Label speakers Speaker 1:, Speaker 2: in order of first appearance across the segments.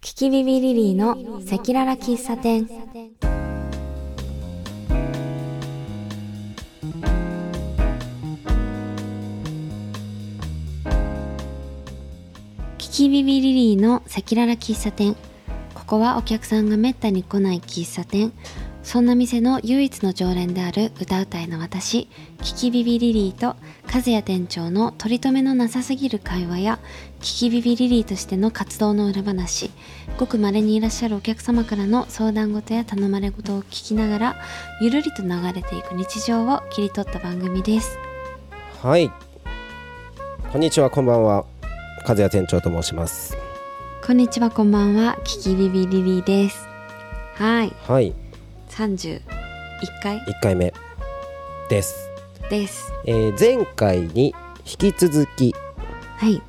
Speaker 1: キキビビリリーの赤裸々喫茶店キキビビリリーの赤裸々喫茶店ここはお客さんがめったに来ない喫茶店そんな店の唯一の常連である歌うたいの私キキビビリリーと和也店長の取り留めのなさすぎる会話やキキビビリリーとしての活動の裏話ごくまれにいらっしゃるお客様からの相談事や頼まれ事を聞きながらゆるりと流れていく日常を切り取った番組です
Speaker 2: はい。こんにちは、こんばんは。和也店長と申します。
Speaker 1: こんにちはこんばんはキキビビリリーですはい
Speaker 2: はい、
Speaker 1: 31回
Speaker 2: 一回目です。
Speaker 1: です
Speaker 2: えー前回に引き続き、
Speaker 1: はい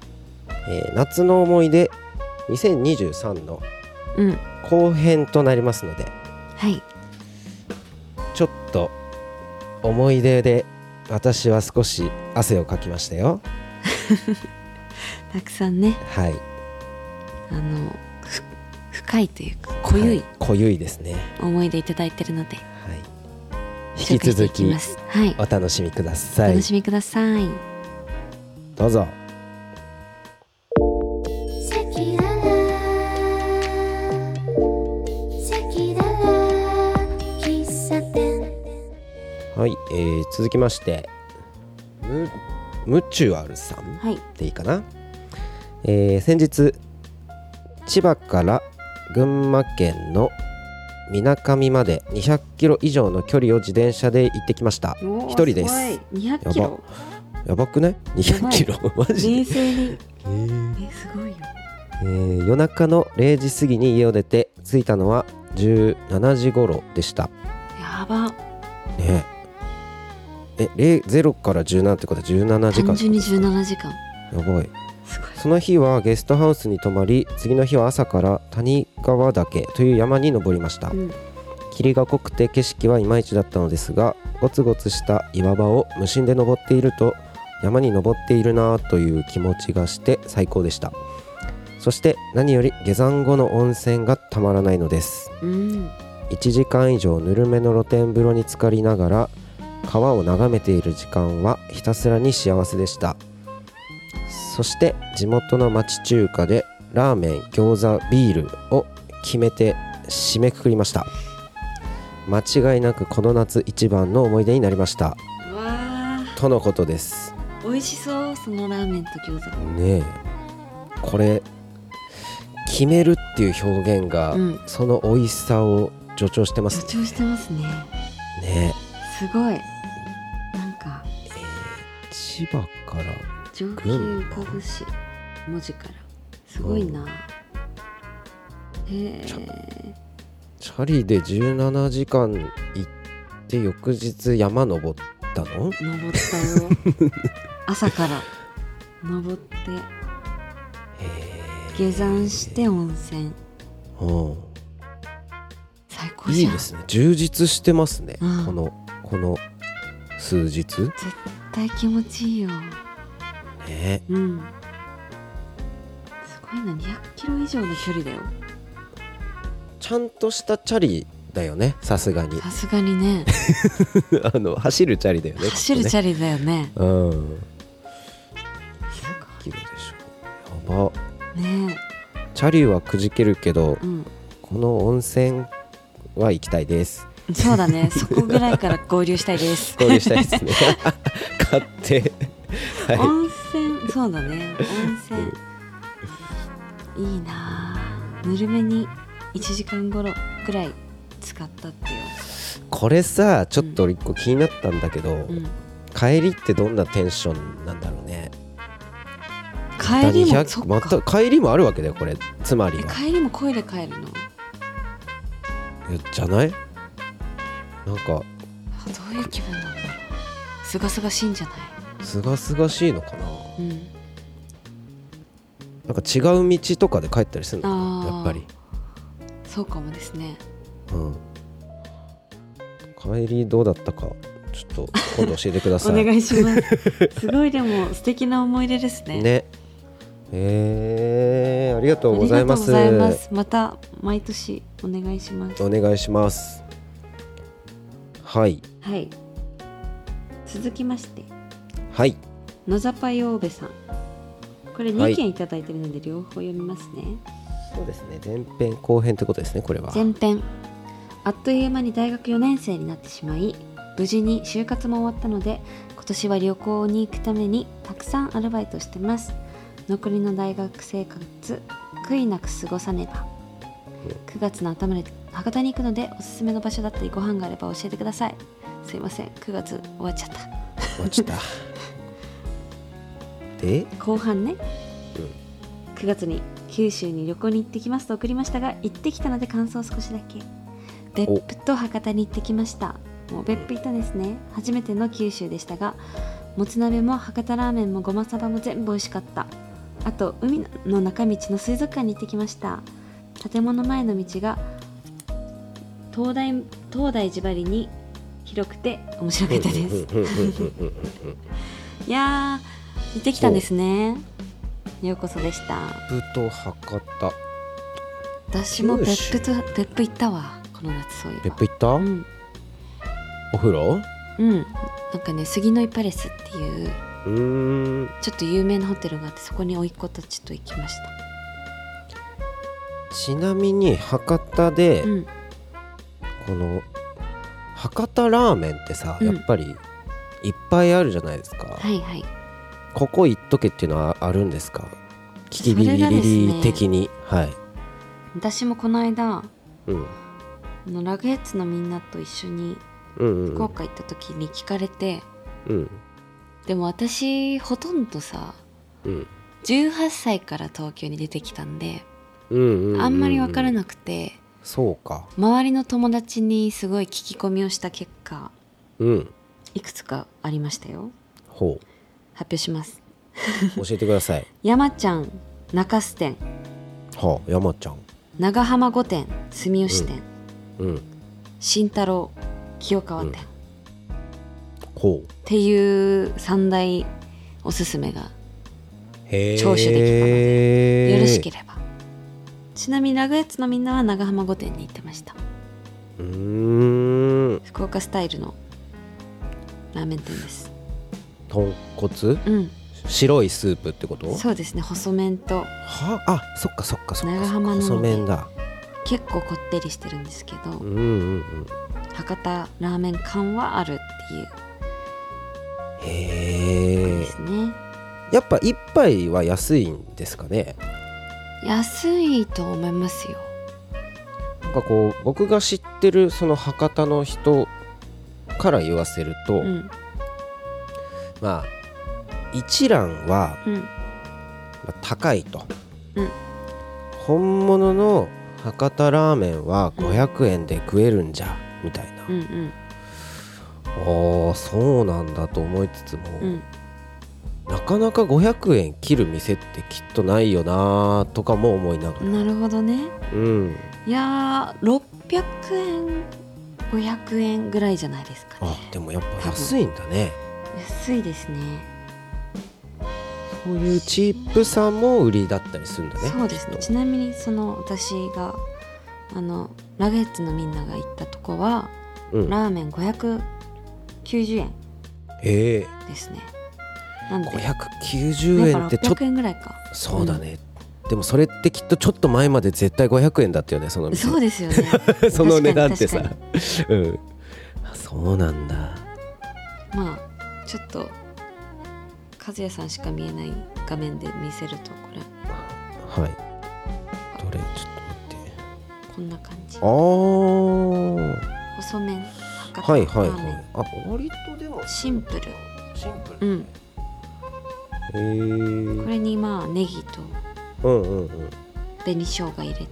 Speaker 2: えー夏の思い出2023の
Speaker 1: うん
Speaker 2: 後編となりますので、
Speaker 1: はい
Speaker 2: ちょっと思い出で私は少し汗をかきましたよ。
Speaker 1: たくさんね
Speaker 2: はい。
Speaker 1: あのふ深いというか濃ゆ
Speaker 2: はい濃ゆいですね。
Speaker 1: 思い出いただいてるので、
Speaker 2: はい。
Speaker 1: 紹介
Speaker 2: 引き
Speaker 1: して
Speaker 2: 続
Speaker 1: いき
Speaker 2: き
Speaker 1: ますはい
Speaker 2: お楽しみくだ
Speaker 1: お
Speaker 2: さい
Speaker 1: 楽。しみください
Speaker 2: どうぞ。はい、えー続きましてムムチュアルさん
Speaker 1: はい
Speaker 2: でいいかな、えー先日千葉から群馬県のみなかみまで200キロ以上の距離を自転車で行ってきました一人です
Speaker 1: 200
Speaker 2: ば
Speaker 1: キロ
Speaker 2: やばくない200キロマジで
Speaker 1: 冷、静に
Speaker 2: えー
Speaker 1: えすごいよ
Speaker 2: えー夜中の0時過ぎに家を出て着いたのは17時頃でした
Speaker 1: やば
Speaker 2: ねええ0から17ってことは17時間
Speaker 1: 単
Speaker 2: って
Speaker 1: 純
Speaker 2: こ
Speaker 1: に
Speaker 2: とです
Speaker 1: 17時
Speaker 2: か
Speaker 1: 間
Speaker 2: やばい
Speaker 1: すごい
Speaker 2: その日はゲストハウスに泊まり次の日は朝から谷川岳という山に登りました
Speaker 1: うん
Speaker 2: 霧が濃くて景色はいまいちだったのですがゴツゴツした岩場を無心で登っていると山に登っているなぁという気持ちがして最高でしたそして何より下山後の温泉がたまらないのです
Speaker 1: うん
Speaker 2: 1時間以上ぬるめの露天風呂に浸かりながら川を眺めている時間はひたすらに幸せでしたそして地元の町中華でラーメン餃子ビールを決めて締めくくりました間違いなくこの夏一番の思い出になりました
Speaker 1: うわ
Speaker 2: とのことです
Speaker 1: ー美味しそうそのラーメンと餃子
Speaker 2: ねえこれ決めるっていう表現が、
Speaker 1: うん
Speaker 2: その美味しさを助長してます
Speaker 1: 助長してますね
Speaker 2: ね
Speaker 1: すごいなんか
Speaker 2: ええー千葉から
Speaker 1: 上級拳文字からすごいな、へ
Speaker 2: ち
Speaker 1: え
Speaker 2: チャリで17時間行って翌日山登ったの
Speaker 1: 登ったよ 朝から登って下山して温泉
Speaker 2: う
Speaker 1: 最高
Speaker 2: ん、い
Speaker 1: じゃ
Speaker 2: い
Speaker 1: ん
Speaker 2: ですね充実してますね、
Speaker 1: うん
Speaker 2: このこの数日
Speaker 1: 絶対気持ちいいよ
Speaker 2: ね
Speaker 1: うんすごいな200キロ以上の距離だよ
Speaker 2: ちゃんとしたチャリだよねさすがに
Speaker 1: さすがに ね
Speaker 2: あの走るチャリだよね
Speaker 1: 走るチ
Speaker 2: ャ
Speaker 1: ャリだよね
Speaker 2: リうん
Speaker 1: す
Speaker 2: キロでしょやば
Speaker 1: ごいね
Speaker 2: チャリはくじけるけど
Speaker 1: えうん
Speaker 2: この温泉は行きたいです
Speaker 1: そうだ ねそこぐらいから合流したいです
Speaker 2: 交流したいですね買って はい
Speaker 1: 温泉そうだね温泉いいなあぬるめに1時間ごろくらい使ったってよ、
Speaker 2: これさちょっと俺一個気になったんだけど、
Speaker 1: うん、
Speaker 2: 帰りってどんなテンションなんだろうね
Speaker 1: 帰り
Speaker 2: ま
Speaker 1: も
Speaker 2: た
Speaker 1: そっか、
Speaker 2: 200また帰りもあるわけだよこれつまり
Speaker 1: え
Speaker 2: が
Speaker 1: 帰りも声で帰るの
Speaker 2: いやじゃないなんか
Speaker 1: あどういう気分なんだろうすがすがしいんじゃない
Speaker 2: すがすがしいのかな
Speaker 1: うん
Speaker 2: なんか違う道とかで帰ったりするのか
Speaker 1: あー
Speaker 2: なやっぱり、
Speaker 1: そうかもですね
Speaker 2: うん、帰りどうだったかちょっと今度教えてくだ
Speaker 1: お
Speaker 2: さい
Speaker 1: 願いしますすごいでも素敵な思い出ですね
Speaker 2: ねえねありがとうございます
Speaker 1: ありがとうございます。また毎年お願いします。
Speaker 2: お願いしますはい
Speaker 1: はい。続きまして、
Speaker 2: はい
Speaker 1: 野ざぱようべさん。これ
Speaker 2: はい
Speaker 1: 2件いただいてるので両方読みますね。
Speaker 2: そうですね前編後編ってことですねこれは
Speaker 1: 前編。あっという間に大学4年生になってしまい、無事に就活も終わったので、今年は旅行に行くためにたくさんアルバイトしてます。残りの大学生活、悔いなく過ごさねば。9月の頭で博多に行くのでおすすめの場所だったりご飯があれば教えてください。すいません、9月終わっちゃった。
Speaker 2: 落ちたで
Speaker 1: 後半ね、
Speaker 2: うん
Speaker 1: 9月に九州に旅行に行ってきますと送りましたが行ってきたので感想を少しだけ別府と博多に行ってきましたもう別府行ったんですね初めての九州でしたがもつ鍋も博多ラーメンもごまさばも全部美味しかったあと海の中道の水族館に行ってきました建物前の道が東大東大寺ばりに広くて面白かったです、
Speaker 2: うんうんうんうんうんうんうん
Speaker 1: いやー行ってきたんですねようこそでした
Speaker 2: 別府と博多
Speaker 1: 私も
Speaker 2: 九
Speaker 1: 別
Speaker 2: 州
Speaker 1: 府と別府行ったわこの夏そういえば
Speaker 2: 別府行った、
Speaker 1: うん、
Speaker 2: お風呂
Speaker 1: うん、なんかね杉の井パレスっていう
Speaker 2: うーん
Speaker 1: ちょっと有名なホテルがあってそこに甥っ子たちと行きまし
Speaker 2: ちなみに博多で、
Speaker 1: たうん
Speaker 2: この博多ラーメンってさ、
Speaker 1: うん
Speaker 2: やっぱりいっぱいあるじゃないですか、
Speaker 1: はいはい
Speaker 2: ここ行っとけっていうのはあるんですかキキビビリリ的に、はい、
Speaker 1: 私もこの間
Speaker 2: うん、
Speaker 1: あのラグヘッズのみんなと一緒に
Speaker 2: うんうん
Speaker 1: 福岡行った時に聞かれて、
Speaker 2: うん
Speaker 1: でも私ほとんどさ
Speaker 2: うん
Speaker 1: 18歳から東京に出てきたんで
Speaker 2: うんうん
Speaker 1: あんまり分から
Speaker 2: い
Speaker 1: なくて、
Speaker 2: そうか
Speaker 1: 周りの友達にすごい聞き込みをした結果
Speaker 2: うん
Speaker 1: いくつかありましたよ
Speaker 2: ほう
Speaker 1: 発表します
Speaker 2: 教えてください
Speaker 1: 山ちゃん中須店
Speaker 2: はあ山ちゃん
Speaker 1: 長浜御殿住吉店、
Speaker 2: うん
Speaker 1: 新太郎清川店、
Speaker 2: うん
Speaker 1: っ
Speaker 2: ほう
Speaker 1: ていう三大おすすめが
Speaker 2: へえ
Speaker 1: 聴取できたの
Speaker 2: で
Speaker 1: よろしければ、ちなみにラグエッツのみんなは長浜御殿に行ってました
Speaker 2: うーん
Speaker 1: 福岡スタイルのラーメン店です
Speaker 2: 豚骨
Speaker 1: うん
Speaker 2: 白いスープってこと
Speaker 1: そうですね細麺と
Speaker 2: はああそっかそっかそっか
Speaker 1: 長浜の
Speaker 2: 細麺だ
Speaker 1: 結構こってりしてるんですけど、
Speaker 2: うんうんうん
Speaker 1: 博多ラーメン感はあるっていう
Speaker 2: へ
Speaker 1: で
Speaker 2: え
Speaker 1: すね、
Speaker 2: やっぱ一杯は安いんですかね
Speaker 1: 安いと思いますよ
Speaker 2: なんかこう僕が知ってるその博多の人から言わせると、
Speaker 1: うん
Speaker 2: まあ一蘭は
Speaker 1: うん
Speaker 2: まあ高いと、
Speaker 1: うん
Speaker 2: 本物の博多ラーメンは
Speaker 1: うん
Speaker 2: 500円で食えるんじゃ、みたいな、
Speaker 1: うんうん
Speaker 2: ああそうなんだと思いつつも、
Speaker 1: うん
Speaker 2: なかなか500円切る店ってきっとないよなとかも思いながら、
Speaker 1: なるほどね
Speaker 2: うん、
Speaker 1: いやー600円500円ぐらいじゃないですかね
Speaker 2: あでもやっぱ安いんだね
Speaker 1: 安いですね
Speaker 2: そういうチップさも売りだったりするんだね
Speaker 1: そうですね
Speaker 2: きっ
Speaker 1: ちなみにその私があのラゲッツのみんなが行ったとこは
Speaker 2: とうん、
Speaker 1: ラーメン590円
Speaker 2: ええ
Speaker 1: ですねなんで
Speaker 2: 590円ってちょっ
Speaker 1: 600円ぐらいか
Speaker 2: とそうだね、でもそれってきっとちょっと前まで絶対500円だったよ ねその店
Speaker 1: そうですよね
Speaker 2: その値段ってさ
Speaker 1: 確か、
Speaker 2: うん、あそうなんだ
Speaker 1: まあちょっと和也さんしか見えない画面で見せるとこれ
Speaker 2: はいどれちょっと待って
Speaker 1: こんな感じ
Speaker 2: ああ
Speaker 1: 細麺博多
Speaker 2: はいはい
Speaker 1: ラーメン
Speaker 2: はいあ割とでも
Speaker 1: シンプル
Speaker 2: シン
Speaker 1: う
Speaker 2: プ
Speaker 1: ん
Speaker 2: ルへえ
Speaker 1: これにまあネギと
Speaker 2: うんうんうん
Speaker 1: 紅生姜入れて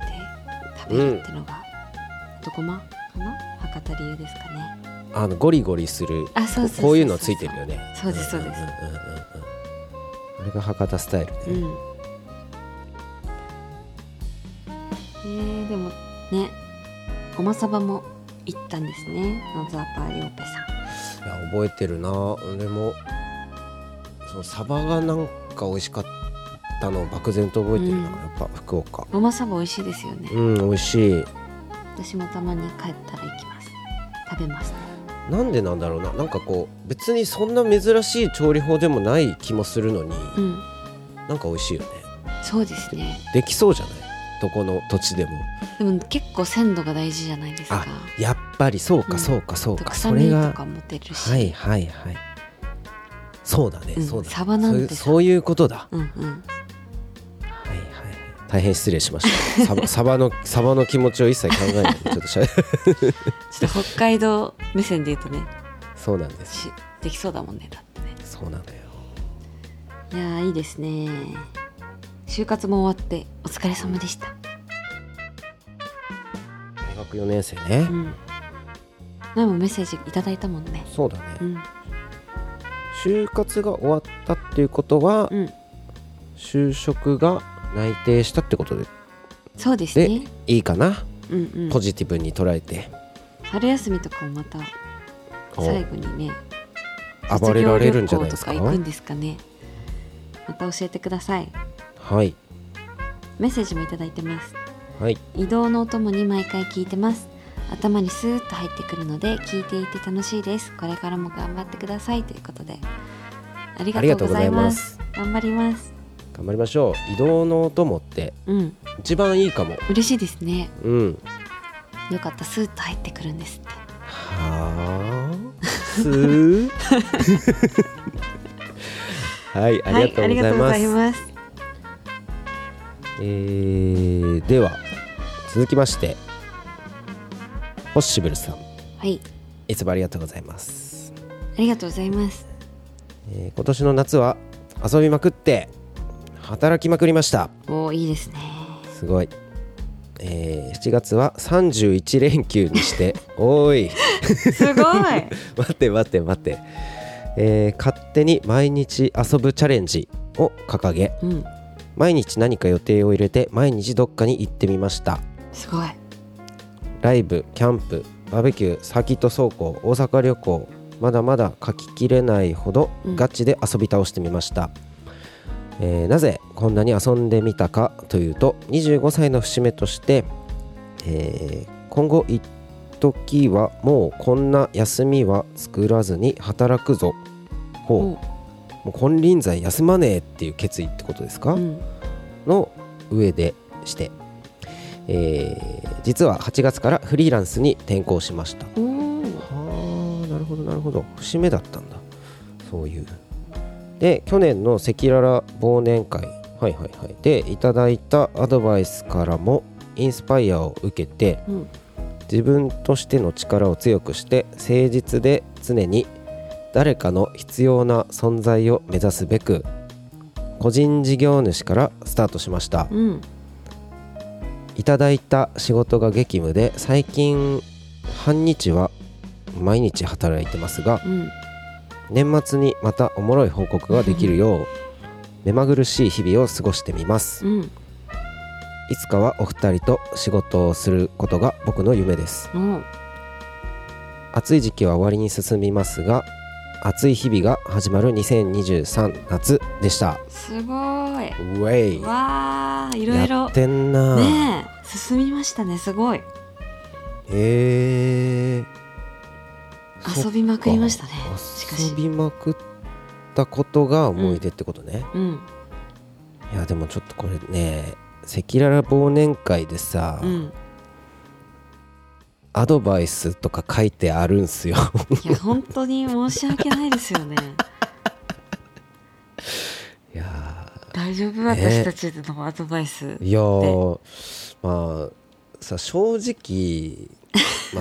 Speaker 1: 食べるってのがどこまかな博多流ですかね
Speaker 2: あのゴリゴリする
Speaker 1: あそうそうそうそう
Speaker 2: こういうのついてるよね
Speaker 1: そうですそうです
Speaker 2: んんんうんあれが博多スタイルね、
Speaker 1: うんえー、でもねごまさばも行ったんですね野沢パーヨーペさ
Speaker 2: いや覚えてるなでもそのサバがなんか美味しかっったのを漠然と覚えてるな、
Speaker 1: うん
Speaker 2: やっぱ福岡
Speaker 1: ごまサバ美味しいですよね、
Speaker 2: うん美味しい
Speaker 1: 私もたまに帰ったら行きます食べますね
Speaker 2: なんでなんだろうななんかこう別にそんな珍しい調理法でもない気もするのに、
Speaker 1: うん
Speaker 2: なんか美味しいよね
Speaker 1: そうですね
Speaker 2: できそうじゃないどこの土地でも
Speaker 1: でも結構鮮度が大事じゃないですか
Speaker 2: あやっぱりそう
Speaker 1: う
Speaker 2: か
Speaker 1: ん
Speaker 2: そうかそう
Speaker 1: と
Speaker 2: か、
Speaker 1: か
Speaker 2: そ
Speaker 1: 臭
Speaker 2: れ
Speaker 1: み
Speaker 2: が
Speaker 1: とかも出るし、
Speaker 2: はいはいはいそうだね、
Speaker 1: うん
Speaker 2: そうだね
Speaker 1: サバなんて
Speaker 2: そういうそういうことだ
Speaker 1: うんうん
Speaker 2: はいはい大変失礼しましたサバサバのサバの気持ちを一切考えないでちょっとしゃ べ
Speaker 1: ちょっと北海道目線で言うとね
Speaker 2: そうなんです
Speaker 1: しできそうだもんねだってね
Speaker 2: そうなのよ
Speaker 1: いやーいいですね就活も終わってお疲れ様でした
Speaker 2: 大学4年生ね、
Speaker 1: うん前もメッセージいただいたもんね
Speaker 2: そうだね、
Speaker 1: うん
Speaker 2: 就活が終わったっていうことは、
Speaker 1: うん
Speaker 2: 就職が内定したってことで
Speaker 1: そうです
Speaker 2: で、
Speaker 1: ね
Speaker 2: いいかな、
Speaker 1: うんうん
Speaker 2: ポジティブに捉えて
Speaker 1: 春休みとかもまた最後にね
Speaker 2: 暴れられるんじゃないですか
Speaker 1: 卒業旅行とか行くんですかねまた教えてください
Speaker 2: はい
Speaker 1: メッセージもいただいてます
Speaker 2: はい
Speaker 1: 移動のお供に毎回聞いてます頭にスーッと入ってくるので聞いていて楽しいですこれからも頑張ってくださいということでありがとうございます頑張ります
Speaker 2: 頑張りましょう移動のお供って
Speaker 1: うん
Speaker 2: 一番いいかも
Speaker 1: 嬉しいですね
Speaker 2: うん
Speaker 1: よかったスーッと入ってくるんですって
Speaker 2: はあす ーはいありがと
Speaker 1: はあ
Speaker 2: うございます,、
Speaker 1: りがとうございます
Speaker 2: えーでは続きましてポッシブルさん
Speaker 1: はい
Speaker 2: いつもありがとうございます
Speaker 1: ありがとうございます
Speaker 2: えー今年の夏は遊びまくって働きまくりました
Speaker 1: おーいいです ね
Speaker 2: すごい、えー7月は31連休にして おーい
Speaker 1: すごい
Speaker 2: 待って待って待って、えー勝手に毎日遊ぶチャレンジを掲げ
Speaker 1: うん
Speaker 2: 毎日何か予定を入れて毎日どっかに行ってみました
Speaker 1: すごい
Speaker 2: ライブキャンプバーベキューサーキット走行大阪旅行まだまだ書ききれないほど
Speaker 1: うん
Speaker 2: ガチで遊び倒してみました、えーなぜこんなに遊んでみたかというと25歳の節目として、えー今後一時はもうこんな休みは作らずに働くぞほう
Speaker 1: お
Speaker 2: もう金輪際休まねえっていう決意ってことですか、
Speaker 1: うん
Speaker 2: の上でして、えー実は8月からフリーランスに転向しました
Speaker 1: おー
Speaker 2: はあなるほどなるほど節目だったんだそういうで去年の赤裸々忘年会はいはいはいでいただいたアドバイスからもインスパイアを受けて
Speaker 1: うん
Speaker 2: 自分としての力を強くして誠実で常に誰かの必要な存在を目指すべく個人事業主からスタートしました
Speaker 1: うん
Speaker 2: いただいた仕事が激務で最近半日は毎日働いてますが
Speaker 1: うん
Speaker 2: 年末にまたおもろい報告ができるよう 目まぐるしい日々を過ごしてみます
Speaker 1: うん
Speaker 2: いつかはお二人と仕事をすることが僕の夢です
Speaker 1: おー
Speaker 2: 暑い時期は終わりに進みますが暑い日々が始まる2023夏でした
Speaker 1: すごい
Speaker 2: ウェイ
Speaker 1: わーいろい
Speaker 2: や
Speaker 1: ろ
Speaker 2: ってんな、
Speaker 1: ねえ進みましたねすごい
Speaker 2: へえ
Speaker 1: 遊びまくりましたねしかし
Speaker 2: 遊びまくったことが思い出ってことね、
Speaker 1: うん
Speaker 2: いやでもちょっとこれね赤裸々忘年会でさ、
Speaker 1: うん
Speaker 2: アドバイスとか書いてあるんすよ
Speaker 1: いや本当に申し訳ないですよね
Speaker 2: いや
Speaker 1: 大丈夫私たちのアドバイス
Speaker 2: ーいやーまあさ正直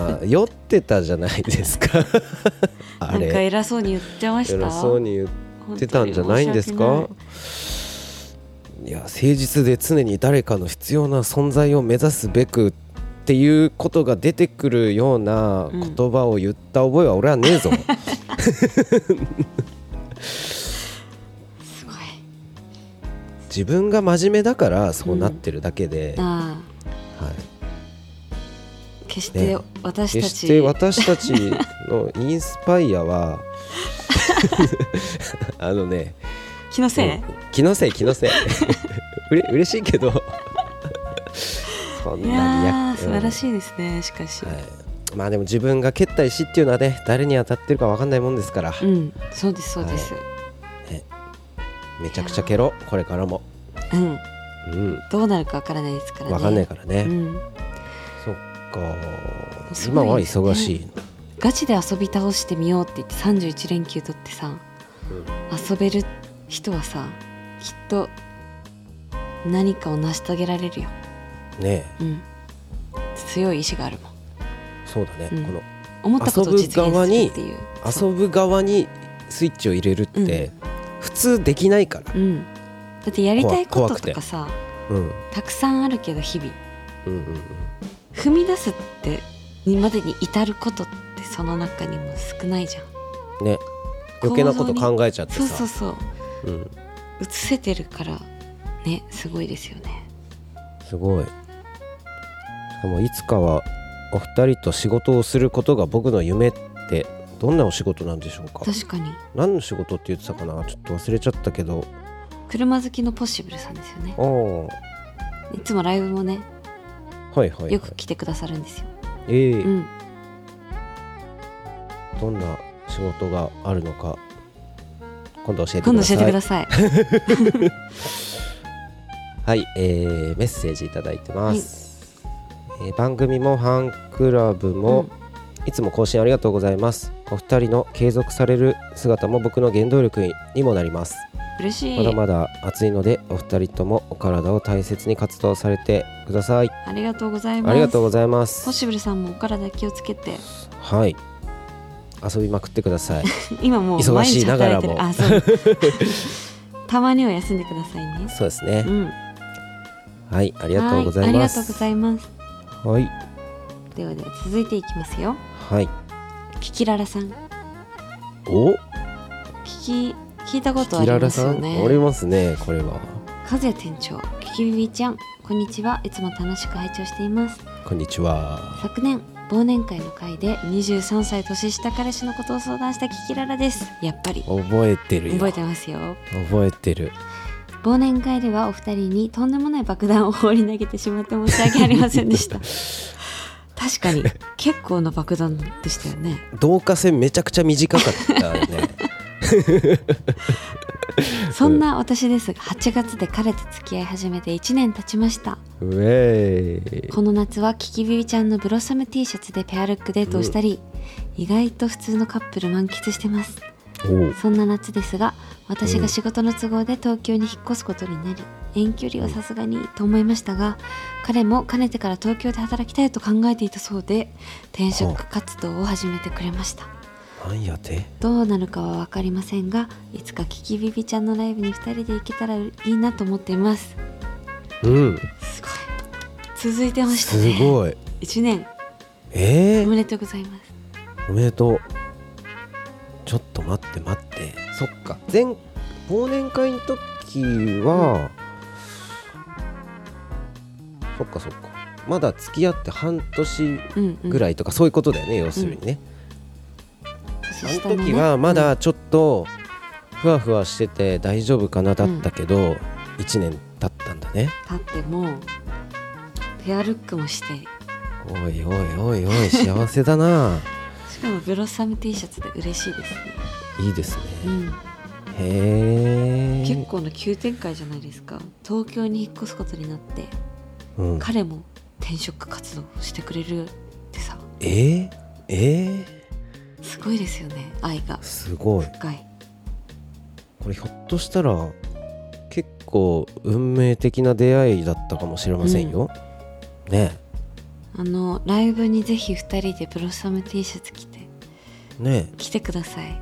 Speaker 2: まあ酔ってたじゃないで すか
Speaker 1: な
Speaker 2: あ
Speaker 1: んか
Speaker 2: れ
Speaker 1: 偉そうに言っちゃいました
Speaker 2: 偉そうに言ってたんじゃないんですか
Speaker 1: 本
Speaker 2: いや誠実で常に誰かの必要な存在を目指すべくっていうことが出てくるような
Speaker 1: うん
Speaker 2: 言葉を言った覚えは俺はね えぞ、
Speaker 1: 当に申し訳ないすごい
Speaker 2: 自分が真面目だからそうなってるだけで、は
Speaker 1: あ
Speaker 2: い、
Speaker 1: あ決して
Speaker 2: ね
Speaker 1: 私
Speaker 2: 決
Speaker 1: た
Speaker 2: して
Speaker 1: ち
Speaker 2: 私たちのインスパイ アはあのね
Speaker 1: 気のせい
Speaker 2: うん気のせい気のせいうれ嬉しいけどそん
Speaker 1: い
Speaker 2: なに
Speaker 1: やー素晴ら
Speaker 2: い、
Speaker 1: しいですねしかし、
Speaker 2: うんはい、まあでも自分が蹴った石っていうのはね誰に当たってるか分かんないもんですから、
Speaker 1: うんそうですそうです、
Speaker 2: めちゃくちゃ蹴ろうこれからも
Speaker 1: うん
Speaker 2: うん
Speaker 1: どうなるかわからないですからね
Speaker 2: 分かんないからね、
Speaker 1: うん、
Speaker 2: そっか
Speaker 1: すご
Speaker 2: 今
Speaker 1: い
Speaker 2: は忙しいの、
Speaker 1: ガチで遊び倒してみようって言って31連休取ってさ遊べる人はさきっと何かを成し遂げられるよ、
Speaker 2: うんね
Speaker 1: うん、強い意志があるもん
Speaker 2: えそうだね、
Speaker 1: うん
Speaker 2: この
Speaker 1: 思ったことを実現するっていうそう
Speaker 2: 遊ぶ側にスイッチを入れるって普通できないから
Speaker 1: うん、だってやりたいこ
Speaker 2: 怖
Speaker 1: と
Speaker 2: 怖くて
Speaker 1: とかさ
Speaker 2: うん
Speaker 1: たくさんあるけど日々
Speaker 2: うんうんうん
Speaker 1: 踏み出すってにまでに至ることってその中にも少ないじゃん
Speaker 2: ね余計なこと考えちゃってさ
Speaker 1: そうそうそう
Speaker 2: うん、
Speaker 1: 映せてるからねすごいですよね
Speaker 2: すごいしかもいつかはお二人と仕事をすることが僕の夢ってどんなお仕事なんでしょうか
Speaker 1: 確かに
Speaker 2: 何の仕事って言ってたかなちょっと忘れちゃったけど
Speaker 1: 車好きのポッシブルさんですよね
Speaker 2: ああ
Speaker 1: いつもライブもね
Speaker 2: はいはい、はい、
Speaker 1: よく来てくださるんですよ、
Speaker 2: ええ
Speaker 1: うん、
Speaker 2: どんな仕事があるのか今度教えて
Speaker 1: 今
Speaker 2: くだ
Speaker 1: 度
Speaker 2: さ
Speaker 1: 教
Speaker 2: い
Speaker 1: えてください
Speaker 2: はい、えーメッセージいただいてます、えー番組もファンクラブも、
Speaker 1: うん
Speaker 2: いつも更新ありがとうございますお二人の継続される姿も僕の原動力にもなります
Speaker 1: 嬉し
Speaker 2: まだ
Speaker 1: い
Speaker 2: まだ暑いのでお二人ともお体を大切に活動されてください
Speaker 1: ありがとうございます
Speaker 2: ありがとうご
Speaker 1: ざい
Speaker 2: ざいま
Speaker 1: ポッ
Speaker 2: す
Speaker 1: シブルさんもお体気をつけて
Speaker 2: はい遊びまくってくだ さい
Speaker 1: 今もう
Speaker 2: 忙
Speaker 1: 毎
Speaker 2: しい
Speaker 1: 日
Speaker 2: ながら
Speaker 1: 働い
Speaker 2: も
Speaker 1: てるあ そうたまには休んでくださいね
Speaker 2: そうですね
Speaker 1: うん
Speaker 2: はいありがとうござ
Speaker 1: はいあり
Speaker 2: ま
Speaker 1: がとう
Speaker 2: す
Speaker 1: ございます
Speaker 2: はい
Speaker 1: ではでは続いていきますよ
Speaker 2: はい
Speaker 1: キキララさん
Speaker 2: お
Speaker 1: 聞き聞いたことあり
Speaker 2: キララ
Speaker 1: ます
Speaker 2: さ
Speaker 1: よ
Speaker 2: ん
Speaker 1: ね
Speaker 2: ありますねこれは
Speaker 1: 和也店長キキビビちゃんこんにちはいつも楽しく拝聴しています
Speaker 2: こんにちは
Speaker 1: 昨年忘年会の会で23歳年下彼氏のことを相談したキキララですやっぱり
Speaker 2: 覚えてるよ
Speaker 1: 覚えてますよ
Speaker 2: 覚えてる
Speaker 1: 忘年会ではお二人にとんでもない爆弾を放り投げてしまって申し訳ありませんでした確かに結構な爆弾でしたよね
Speaker 2: 導火線めちゃくちゃ短かったね
Speaker 1: そんな私ですが8月で彼と付き合い始めて1年経ちました
Speaker 2: うえーい
Speaker 1: この夏はキキビビちゃんのブロッサム T シャツでペアルックデートをしたり、意外と普通のカップル満喫してます
Speaker 2: おう
Speaker 1: そんな夏ですが私が仕事の都合で東京に引っ越すことになり遠距離はさすがにと思いましたが彼もかねてから東京で働きたいと考えていたそうで転職活動を始めてくれました
Speaker 2: なんやて
Speaker 1: どうなるかは分かりませんがいつかキキビビちゃんのライブに2人で行けたらいいなと思っています
Speaker 2: うん
Speaker 1: すごい続いてました
Speaker 2: す
Speaker 1: ね
Speaker 2: ごい
Speaker 1: 1年
Speaker 2: え
Speaker 1: お
Speaker 2: ー、
Speaker 1: めでとうございます
Speaker 2: おめでとうちょっと待って待ってそっか前忘年会の時は、そっかそっかまだ付き合って半年
Speaker 1: うんうん、
Speaker 2: ぐらいとか、そういうことだよね要するにね、
Speaker 1: 年下
Speaker 2: あ
Speaker 1: の
Speaker 2: の
Speaker 1: ね
Speaker 2: 時はまだちょっとふわふわしてて大丈夫かなだったけど、1年経ったんだね
Speaker 1: うん立ってもうペアルックもして
Speaker 2: おいおいおいおい幸せだ な
Speaker 1: しかもブロッサム T シャツで嬉しいですね、
Speaker 2: いいですね
Speaker 1: うん、
Speaker 2: へ
Speaker 1: 結
Speaker 2: え、
Speaker 1: 構な急展開じゃないですか東京に引っ越すことになって
Speaker 2: うん、
Speaker 1: 彼も転職活動をしてくれるってさ
Speaker 2: えー、えー、
Speaker 1: すごいですよね愛が
Speaker 2: すごい
Speaker 1: 深い
Speaker 2: これひょっとしたら結構運命的な出会いだったかもしれませんよ、ね
Speaker 1: あのライブにぜひ2人でブロッサム T シャツ着て
Speaker 2: えね
Speaker 1: 来てください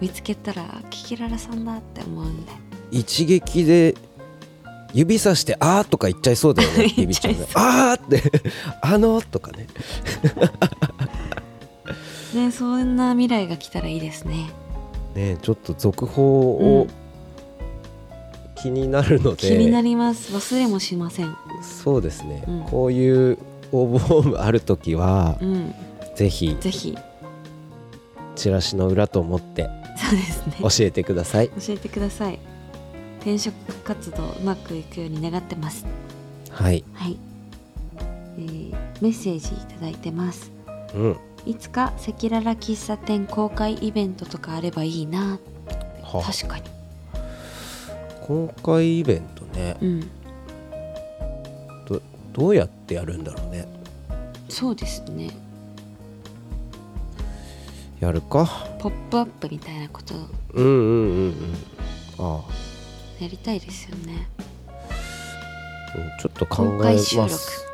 Speaker 1: 見つけたらキキララさんだって思うんで
Speaker 2: え一撃で指さして「あー」とか言っちゃいそうだよね
Speaker 1: 言
Speaker 2: ビ
Speaker 1: っ
Speaker 2: ビ
Speaker 1: ち
Speaker 2: ち
Speaker 1: ゃ
Speaker 2: ゃ
Speaker 1: い
Speaker 2: ん
Speaker 1: そう
Speaker 2: が「あー」って 「あの」とかね
Speaker 1: ねそんな未来が来たらいいですね
Speaker 2: ねちょっと続報を気になるの
Speaker 1: 気
Speaker 2: で、
Speaker 1: になります忘れもしません
Speaker 2: そうですね、
Speaker 1: うん
Speaker 2: こういう応募フォームある時は、
Speaker 1: うん
Speaker 2: ぜひ
Speaker 1: ぜひ
Speaker 2: チラシの裏と思って
Speaker 1: そうですね
Speaker 2: 教えてください
Speaker 1: 教えてください転職活動うまくいくように願ってます
Speaker 2: はい
Speaker 1: はい、えーメッセージいただいてます
Speaker 2: うん
Speaker 1: いつか赤裸々喫茶店公開イベントとかあればいいな確かに
Speaker 2: 今回イベントね
Speaker 1: うん
Speaker 2: どどうやってやるんだろうね
Speaker 1: そうですね
Speaker 2: やるか
Speaker 1: ポップアップみたいなこと
Speaker 2: うんうんうんうんああ
Speaker 1: やりたいですよね
Speaker 2: うんちょっと考え
Speaker 1: 公
Speaker 2: ま
Speaker 1: 開収録
Speaker 2: す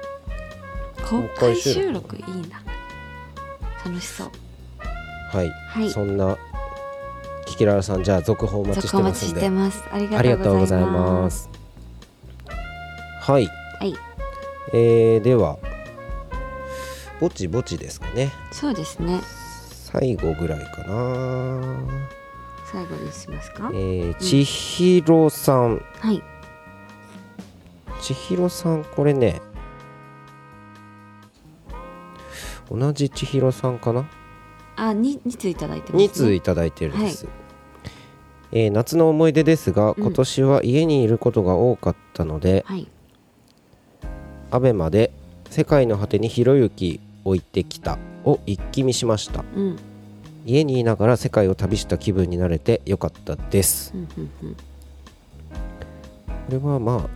Speaker 1: 公
Speaker 2: 開
Speaker 1: 開
Speaker 2: 収
Speaker 1: 収
Speaker 2: 録
Speaker 1: 録いいな楽しそう
Speaker 2: はい、
Speaker 1: はい
Speaker 2: そんなキキララさんじゃあ続報お待ち
Speaker 1: 続
Speaker 2: して
Speaker 1: お
Speaker 2: ま
Speaker 1: 待
Speaker 2: す
Speaker 1: ち
Speaker 2: ん
Speaker 1: し
Speaker 2: で
Speaker 1: てますあり
Speaker 2: ありが
Speaker 1: が
Speaker 2: と
Speaker 1: とう
Speaker 2: うご
Speaker 1: ご
Speaker 2: ざ
Speaker 1: ざ
Speaker 2: い
Speaker 1: い
Speaker 2: ま
Speaker 1: ます
Speaker 2: すはい、
Speaker 1: はい
Speaker 2: えー、ではぼちぼちですかね
Speaker 1: そうですね
Speaker 2: 最後ぐらいかな
Speaker 1: 最後にしますか
Speaker 2: えー、千尋さん
Speaker 1: はい
Speaker 2: 千尋さんこれね同じ千尋さんかな
Speaker 1: あに2通いただいてます、ね、
Speaker 2: 2通いただいてるんです、えー夏の思い出です
Speaker 1: う
Speaker 2: が
Speaker 1: ん
Speaker 2: 今年は家にいることが多かったので、
Speaker 1: はい
Speaker 2: アベマで「世界の果てにひろゆき置いてきた」を一気見しました
Speaker 1: うんうん
Speaker 2: 家にいながら世界を旅した気分になれてよかったです
Speaker 1: うんうん
Speaker 2: これはまあ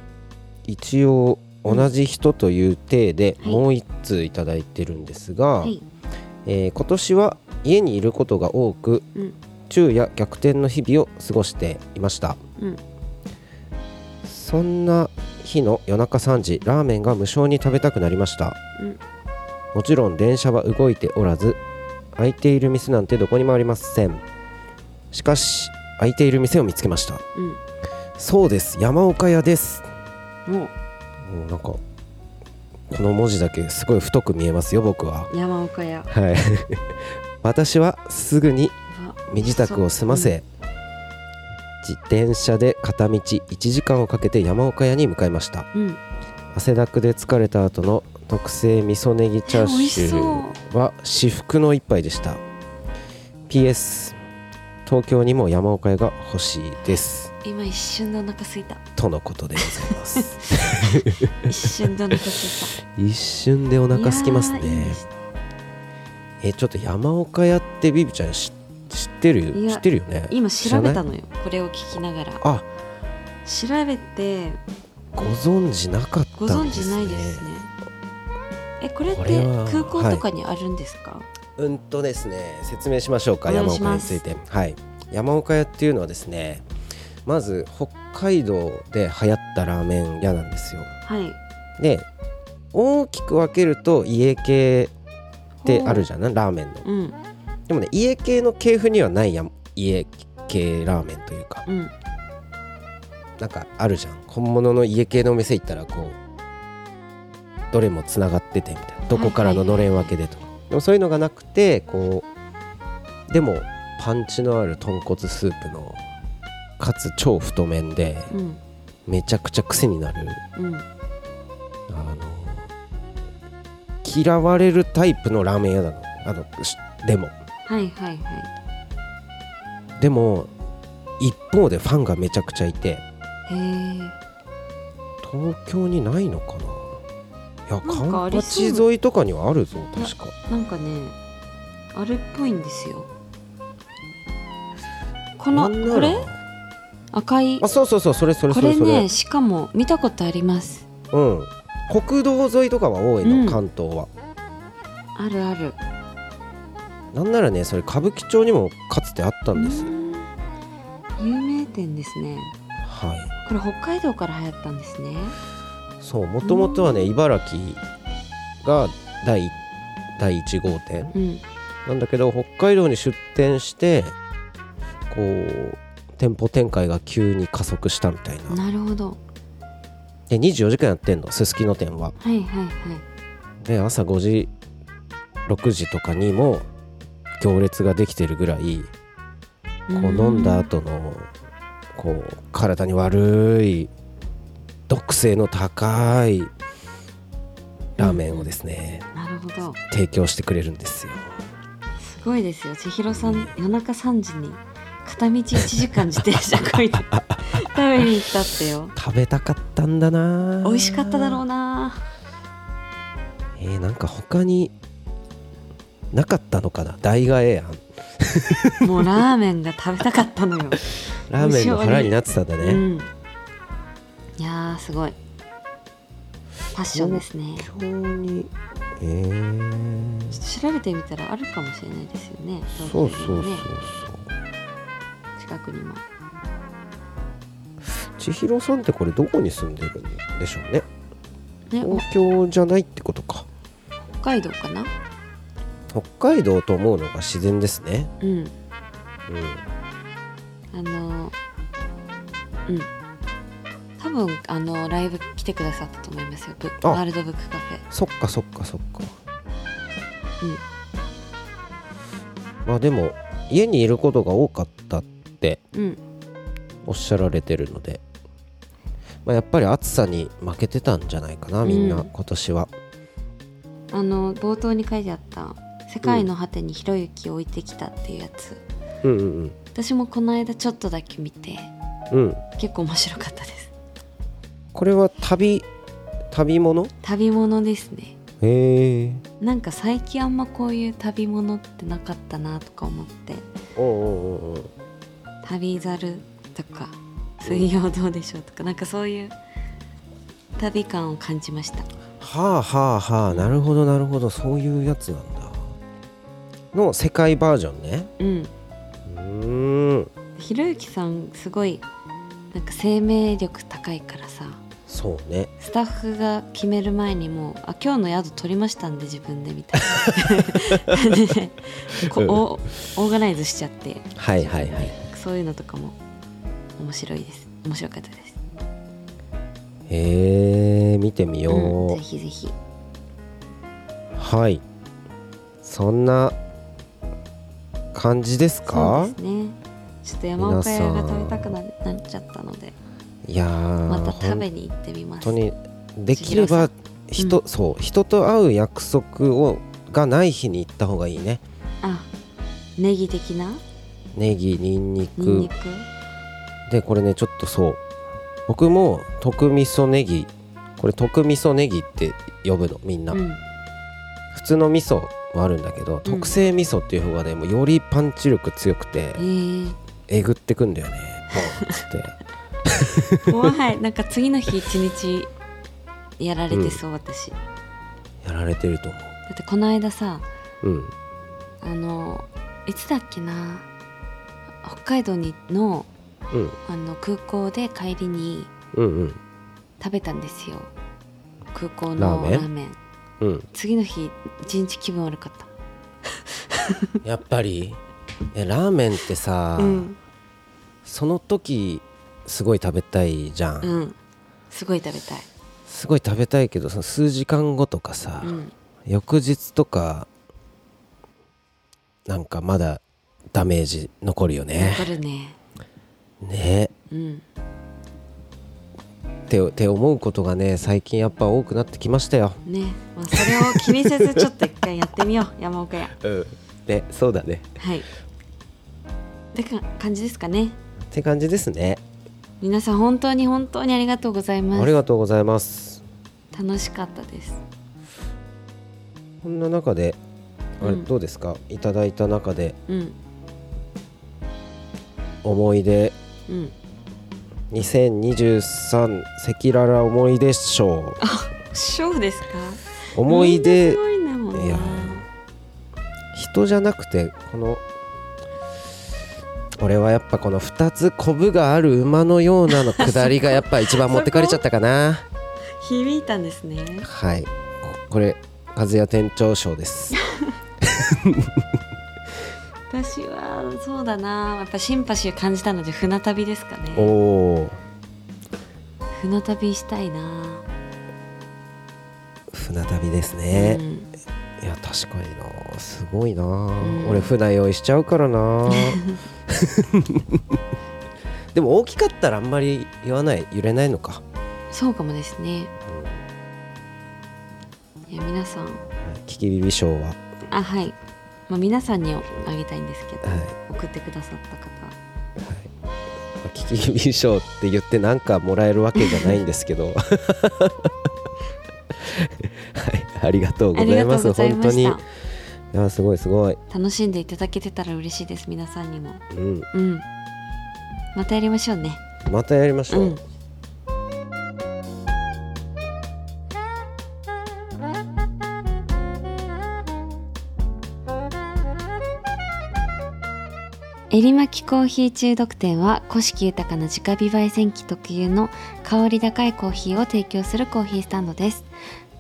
Speaker 2: 一応同じ人という体で
Speaker 1: はい
Speaker 2: もう1通いただいてるんですが、
Speaker 1: はい
Speaker 2: えー今年は家にいることが多く
Speaker 1: うん
Speaker 2: 昼夜逆転の日々を過ごしていました
Speaker 1: うん
Speaker 2: そんな日の夜中3時ラーメンが無償に食べたくなりました、
Speaker 1: うん
Speaker 2: もちろん電車は動いておらず空いている店なんてどこにもありませんしかし空いている店を見つけましたそうです山岡屋です
Speaker 1: うんも
Speaker 2: もうなんかこの文字だけすごい太く見えますよ僕は
Speaker 1: う山岡屋
Speaker 2: はい 私はすぐに
Speaker 1: は
Speaker 2: 身支度を済ませ、自転車で片道1時間をかけて山岡屋に向かいました
Speaker 1: うん、うん
Speaker 2: 汗だくで疲れた後の特製味噌ネギチャー
Speaker 1: え美味
Speaker 2: シ
Speaker 1: し
Speaker 2: ュ
Speaker 1: そ
Speaker 2: ーは至福の一杯でした PS 東京にも山岡屋が欲しいです
Speaker 1: 今一瞬でお腹空いた
Speaker 2: とのことでございます
Speaker 1: 一瞬でお腹空い
Speaker 2: 一瞬 でお
Speaker 1: た
Speaker 2: 腹空きます
Speaker 1: いやーいい
Speaker 2: ね
Speaker 1: です
Speaker 2: えちょっと山岡屋ってビビちゃん知知ってる
Speaker 1: いや
Speaker 2: 知ってるよね
Speaker 1: 今調べた
Speaker 2: 知らない
Speaker 1: のよこれを聞きながら
Speaker 2: あ
Speaker 1: 調べて
Speaker 2: ご存知なかっ
Speaker 1: ご
Speaker 2: た
Speaker 1: 存
Speaker 2: んです
Speaker 1: 知
Speaker 2: ね
Speaker 1: ないですねえこれって
Speaker 2: これは
Speaker 1: 空港とかにあるんですか、
Speaker 2: うんとですね説明しましょうか
Speaker 1: お願い
Speaker 2: 山
Speaker 1: し
Speaker 2: 岡屋
Speaker 1: ま
Speaker 2: に
Speaker 1: す
Speaker 2: ついてはい山岡屋っていうのはですねまず北海道で流行ったラーメン屋なんですよ
Speaker 1: はい
Speaker 2: で大きく分けると家系ってあるじゃないラーメンの
Speaker 1: うんうん
Speaker 2: でもね家系の系譜にはないや家系ラーメンというか
Speaker 1: うん
Speaker 2: なんかあるじゃん本物の家系のお店行ったらこうどれもつながっててみたいなどこからののれん分けでとか、でもそういうのがなくてこうでもパンチのある豚骨スープのかつ超太麺で
Speaker 1: うん
Speaker 2: めちゃくちゃ癖になる
Speaker 1: うん
Speaker 2: あの嫌われるタイプのラーメン屋なのあのしでも
Speaker 1: はいはいは
Speaker 2: でも一方でファンがめちゃくちゃいて
Speaker 1: いへえ
Speaker 2: 東京にないのかな
Speaker 1: ないん
Speaker 2: や
Speaker 1: かあ
Speaker 2: 環
Speaker 1: りそう
Speaker 2: 八沿いとかにはあるぞ確か
Speaker 1: なんかねあれっぽいんですよこの
Speaker 2: なんなら
Speaker 1: これ赤い
Speaker 2: あそうそうそうそれそれ
Speaker 1: こ
Speaker 2: それ
Speaker 1: れ
Speaker 2: それ
Speaker 1: ねしかも見たことあります
Speaker 2: うん国道沿いとかは多いの、
Speaker 1: うん
Speaker 2: 関東は
Speaker 1: あるある
Speaker 2: なんならねそれ歌舞伎町にもかつてあったんです、
Speaker 1: うん有名店ですね
Speaker 2: はい
Speaker 1: これ北海道から流行ったんですね
Speaker 2: そうもともとはね茨城が第第1号店
Speaker 1: うん
Speaker 2: なんだけど北海道に出店してこう店舗展開が急に加速したみたいな
Speaker 1: なるほど
Speaker 2: で24時間やってんのすすきの店は
Speaker 1: はいはいはい
Speaker 2: で朝5時6時とかにも行列ができてるぐらいこう飲んだ後のこう体に悪い毒性の高いラーメンをですね
Speaker 1: うんなるほど
Speaker 2: 提供してくれるんですよ
Speaker 1: すごいですよ千尋さん夜中3時に片道1時間自転車こいで食べに行ったってよ
Speaker 2: 食べたかったんだな
Speaker 1: 美味しかっただろうな
Speaker 2: えー、なんか他になかったのかな大替え案
Speaker 1: もうラーメンが食べたかったのよ、
Speaker 2: ラーメンの腹になってたんだ
Speaker 1: う
Speaker 2: ね、
Speaker 1: ん、いやーすごいパッションですね
Speaker 2: 今日にえー、
Speaker 1: ちょっと調べてみたらあるかもしれないですよね
Speaker 2: そうそうそ
Speaker 1: 東
Speaker 2: う
Speaker 1: 京に
Speaker 2: そう
Speaker 1: もね近くにも
Speaker 2: 千尋さんってこれどこに住んでるんでしょうね
Speaker 1: ねお
Speaker 2: 東京じゃないってことか
Speaker 1: 北海道かな
Speaker 2: 北海道と思うのが自然ですね
Speaker 1: うん
Speaker 2: うん
Speaker 1: あのうん多分あのライブ来てくださったと思いますよブ
Speaker 2: あ
Speaker 1: ワールドブックカフェ
Speaker 2: そっかそっかそっか
Speaker 1: うん
Speaker 2: まあでも家にいることが多かったって
Speaker 1: うん
Speaker 2: おっしゃられてるので、まあ、やっぱり暑さに負けてたんじゃないかなみん
Speaker 1: う
Speaker 2: なん今年は、
Speaker 1: あの冒頭に書いてあった「世界の果てにひろゆきを置いてきた」っていうやつ、
Speaker 2: うん、うん
Speaker 1: 私もこの間ちょっとだけ見て
Speaker 2: うんうん
Speaker 1: 結構面白かったです
Speaker 2: これは旅旅物
Speaker 1: 旅物ですね
Speaker 2: へえ
Speaker 1: なんか最近あんまこういう旅物ってなかったなとか思って
Speaker 2: おうおうおうおう
Speaker 1: 「旅猿」とか「水曜どうでしょう」とかなんかそういう旅感を感じました
Speaker 2: はあはあはあなるほどなるほどそういうやつなんだの世界バージョンね
Speaker 1: うん
Speaker 2: うーん
Speaker 1: ひろゆきさんすごいなんか生命力高いからさ
Speaker 2: そうね
Speaker 1: スタッフが決める前にもう「あ今日の宿取りましたんで自分で」みたいな感じでこうオオーガナイズしちゃって
Speaker 2: はいはいはい
Speaker 1: そういうのとかも面白いです面白かったです
Speaker 2: へえ見てみよ
Speaker 1: うん、
Speaker 2: う、
Speaker 1: ぜひぜひ
Speaker 2: はいそんな感じです
Speaker 1: そう
Speaker 2: か
Speaker 1: ですねちょっと山岡屋が食べたくななっちゃったので
Speaker 2: いやー
Speaker 1: また食べに行ってみます
Speaker 2: 本当にできれば
Speaker 1: 千尋
Speaker 2: 人、そう人と会う約束をがない日に行った方がいいね
Speaker 1: あネギ的な
Speaker 2: ネギニンニ
Speaker 1: ニン
Speaker 2: ク
Speaker 1: ニク
Speaker 2: でこれねちょっとそう僕も特味噌ネギこれ特味噌ネギって呼ぶのみんな、
Speaker 1: うん
Speaker 2: 普通の味噌もあるんだけど特製味噌っていう方がねもうよりパンチ力強くて
Speaker 1: えー、
Speaker 2: えぐってくんだ よねポンっつって
Speaker 1: 怖いなんか次の日一日やられてそう、私だ
Speaker 2: やられてると思
Speaker 1: ってこの間さ
Speaker 2: ううん
Speaker 1: あのいつだっけな北海道にの
Speaker 2: うん
Speaker 1: あの空港で帰りに
Speaker 2: うんうん
Speaker 1: 食べたんですよ空港
Speaker 2: ラー
Speaker 1: の
Speaker 2: メン
Speaker 1: ラーメン
Speaker 2: うん
Speaker 1: 次の日一日気分悪かった
Speaker 2: やっぱりえラーメンってさ、
Speaker 1: うん、
Speaker 2: その時すごい食べたいじゃん、
Speaker 1: うん、すごい食べたい、
Speaker 2: すごい食べたいけどその数時間後とかさ、
Speaker 1: うん、
Speaker 2: 翌日とかなんかまだダメージ残るよね
Speaker 1: わかるね
Speaker 2: ね
Speaker 1: うん
Speaker 2: ってって思うことがね最近やっぱ多くなってきましたよ、
Speaker 1: ね、まあ、それを気にせずちょっと一回やってみよう 山岡屋
Speaker 2: うん、ねそうだね
Speaker 1: はいってか感じですかね
Speaker 2: って感じですね
Speaker 1: 皆さん本当に本当にありがとうございま
Speaker 2: あり
Speaker 1: す
Speaker 2: がとうございます
Speaker 1: 楽しかったです
Speaker 2: こんな中であれ
Speaker 1: うん
Speaker 2: どうですか、いただいた中で
Speaker 1: うん
Speaker 2: 思い出
Speaker 1: うん
Speaker 2: 2023赤裸々思い出賞
Speaker 1: ショーですか
Speaker 2: 思い出
Speaker 1: みんなすごいねもうない
Speaker 2: や人じゃなくてこの俺はやっぱこの2つコブがある馬のようなの下りがやっぱ一番持ってかれちゃったかな
Speaker 1: 響いたんですね
Speaker 2: はいここれ和也店長賞です
Speaker 1: 私はそうだなやっぱシンパシーを感じたので船旅ですかね
Speaker 2: おお
Speaker 1: 船旅したいな、
Speaker 2: 船旅ですね
Speaker 1: う、ん
Speaker 2: いや確かになすごいな、
Speaker 1: ん
Speaker 2: 俺船用意しちゃうか らな でも大きかったらあんまり言わない揺れないのか
Speaker 1: そうかもですねいや皆さん
Speaker 2: キキビビ賞は、
Speaker 1: あはい、まあ、皆さんにあげたいんですけど、
Speaker 2: は
Speaker 1: 送ってくださった方
Speaker 2: いはい、聞き耳賞って言ってなんかもらえるわけじゃないんですけど はいありがとう
Speaker 1: あ
Speaker 2: ご
Speaker 1: り
Speaker 2: ざ
Speaker 1: が
Speaker 2: いま
Speaker 1: とう
Speaker 2: す
Speaker 1: ござい
Speaker 2: 本
Speaker 1: ま
Speaker 2: 当にい
Speaker 1: した
Speaker 2: やすごいすごい、
Speaker 1: 楽しんでいただけてたら嬉しいです皆さんにも
Speaker 2: うん、
Speaker 1: うんまたやりましょうね
Speaker 2: またやりましょう、
Speaker 1: うん襟巻きコーヒー中毒店は古式豊かな自家焙煎機特有の香り高いコーヒーを提供するコーヒースタンドです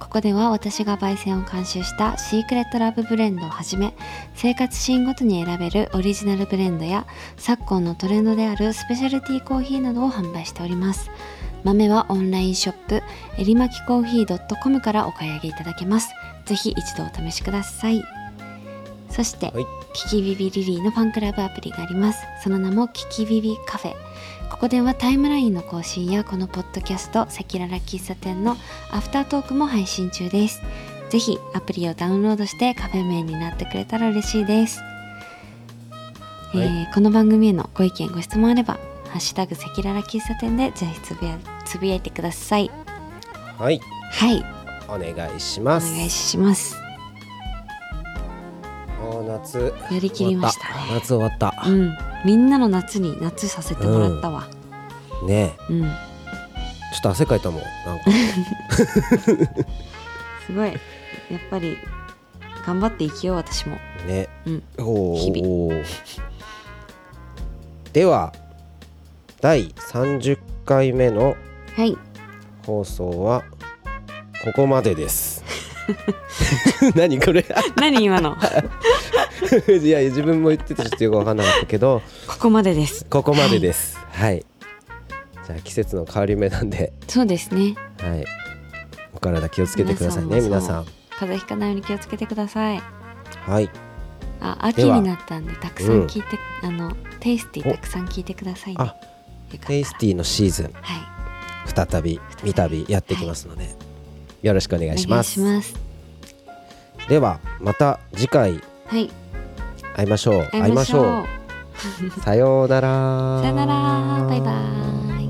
Speaker 1: ここでは私が焙煎を監修したシークレットラブブレンドをはじめ生活シーンごとに選べるオリジナルブレンドや昨今のトレンドであるスペシャルティーコーヒーなどを販売しております豆はオンラインショップえりまきコーヒー .com からお買い上げいただけますぜひ一度お試しくださいそして、
Speaker 2: はい
Speaker 1: キキビビリリーのファンクラブアプリがありますその名もキキビビカフェここではタイムラインの更新やこのポッドキャストセキララ喫茶店のアフタートークも配信中ですぜひアプリをダウンロードしてカフェ名になってくれたら嬉しいです、
Speaker 2: はい
Speaker 1: えーこの番組へのご意見ご質問あれば「ハッシュタグセキララ喫茶店」でぜひつぶやつぶやいてください
Speaker 2: はい
Speaker 1: はい
Speaker 2: お願いし
Speaker 1: お
Speaker 2: ます
Speaker 1: 願いします
Speaker 2: あー夏
Speaker 1: やりきりましたね
Speaker 2: 終わ夏終わった
Speaker 1: う、んみんなの夏に夏させてもらったわ
Speaker 2: ねえ
Speaker 1: うん、
Speaker 2: ちょっと汗かいたもんな んか
Speaker 1: すごいやっぱり頑張って生きよう私も
Speaker 2: ね
Speaker 1: うん
Speaker 2: お
Speaker 1: 日
Speaker 2: ーでは第30回目の
Speaker 1: はい
Speaker 2: 放送はここまでです 何これ
Speaker 1: 何今 の
Speaker 2: いや自分も言っててちょっとよくわかんなかったけど
Speaker 1: ここまでです
Speaker 2: ここまでですはいじゃあ季節の変わり目なんで
Speaker 1: そうですね
Speaker 2: はいお体気をつけてくださいね皆
Speaker 1: 皆
Speaker 2: さ
Speaker 1: さ
Speaker 2: ん
Speaker 1: 風邪ひかないように気をつけてください
Speaker 2: はい
Speaker 1: あ秋
Speaker 2: では
Speaker 1: になったんでたくさん聞いて、あのテイスティーたくさん聞いてくださいねよ
Speaker 2: あ
Speaker 1: かった
Speaker 2: テイス
Speaker 1: ィ
Speaker 2: ティのシーズン
Speaker 1: は
Speaker 2: 再び三度やってきますので、よろしくお願い
Speaker 1: い
Speaker 2: し
Speaker 1: お願
Speaker 2: ま
Speaker 1: いし
Speaker 2: す
Speaker 1: ます
Speaker 2: ではまた次回
Speaker 1: はい
Speaker 2: 会いましょう
Speaker 1: 会いましょう
Speaker 2: さようなら
Speaker 1: さよならバイバーイ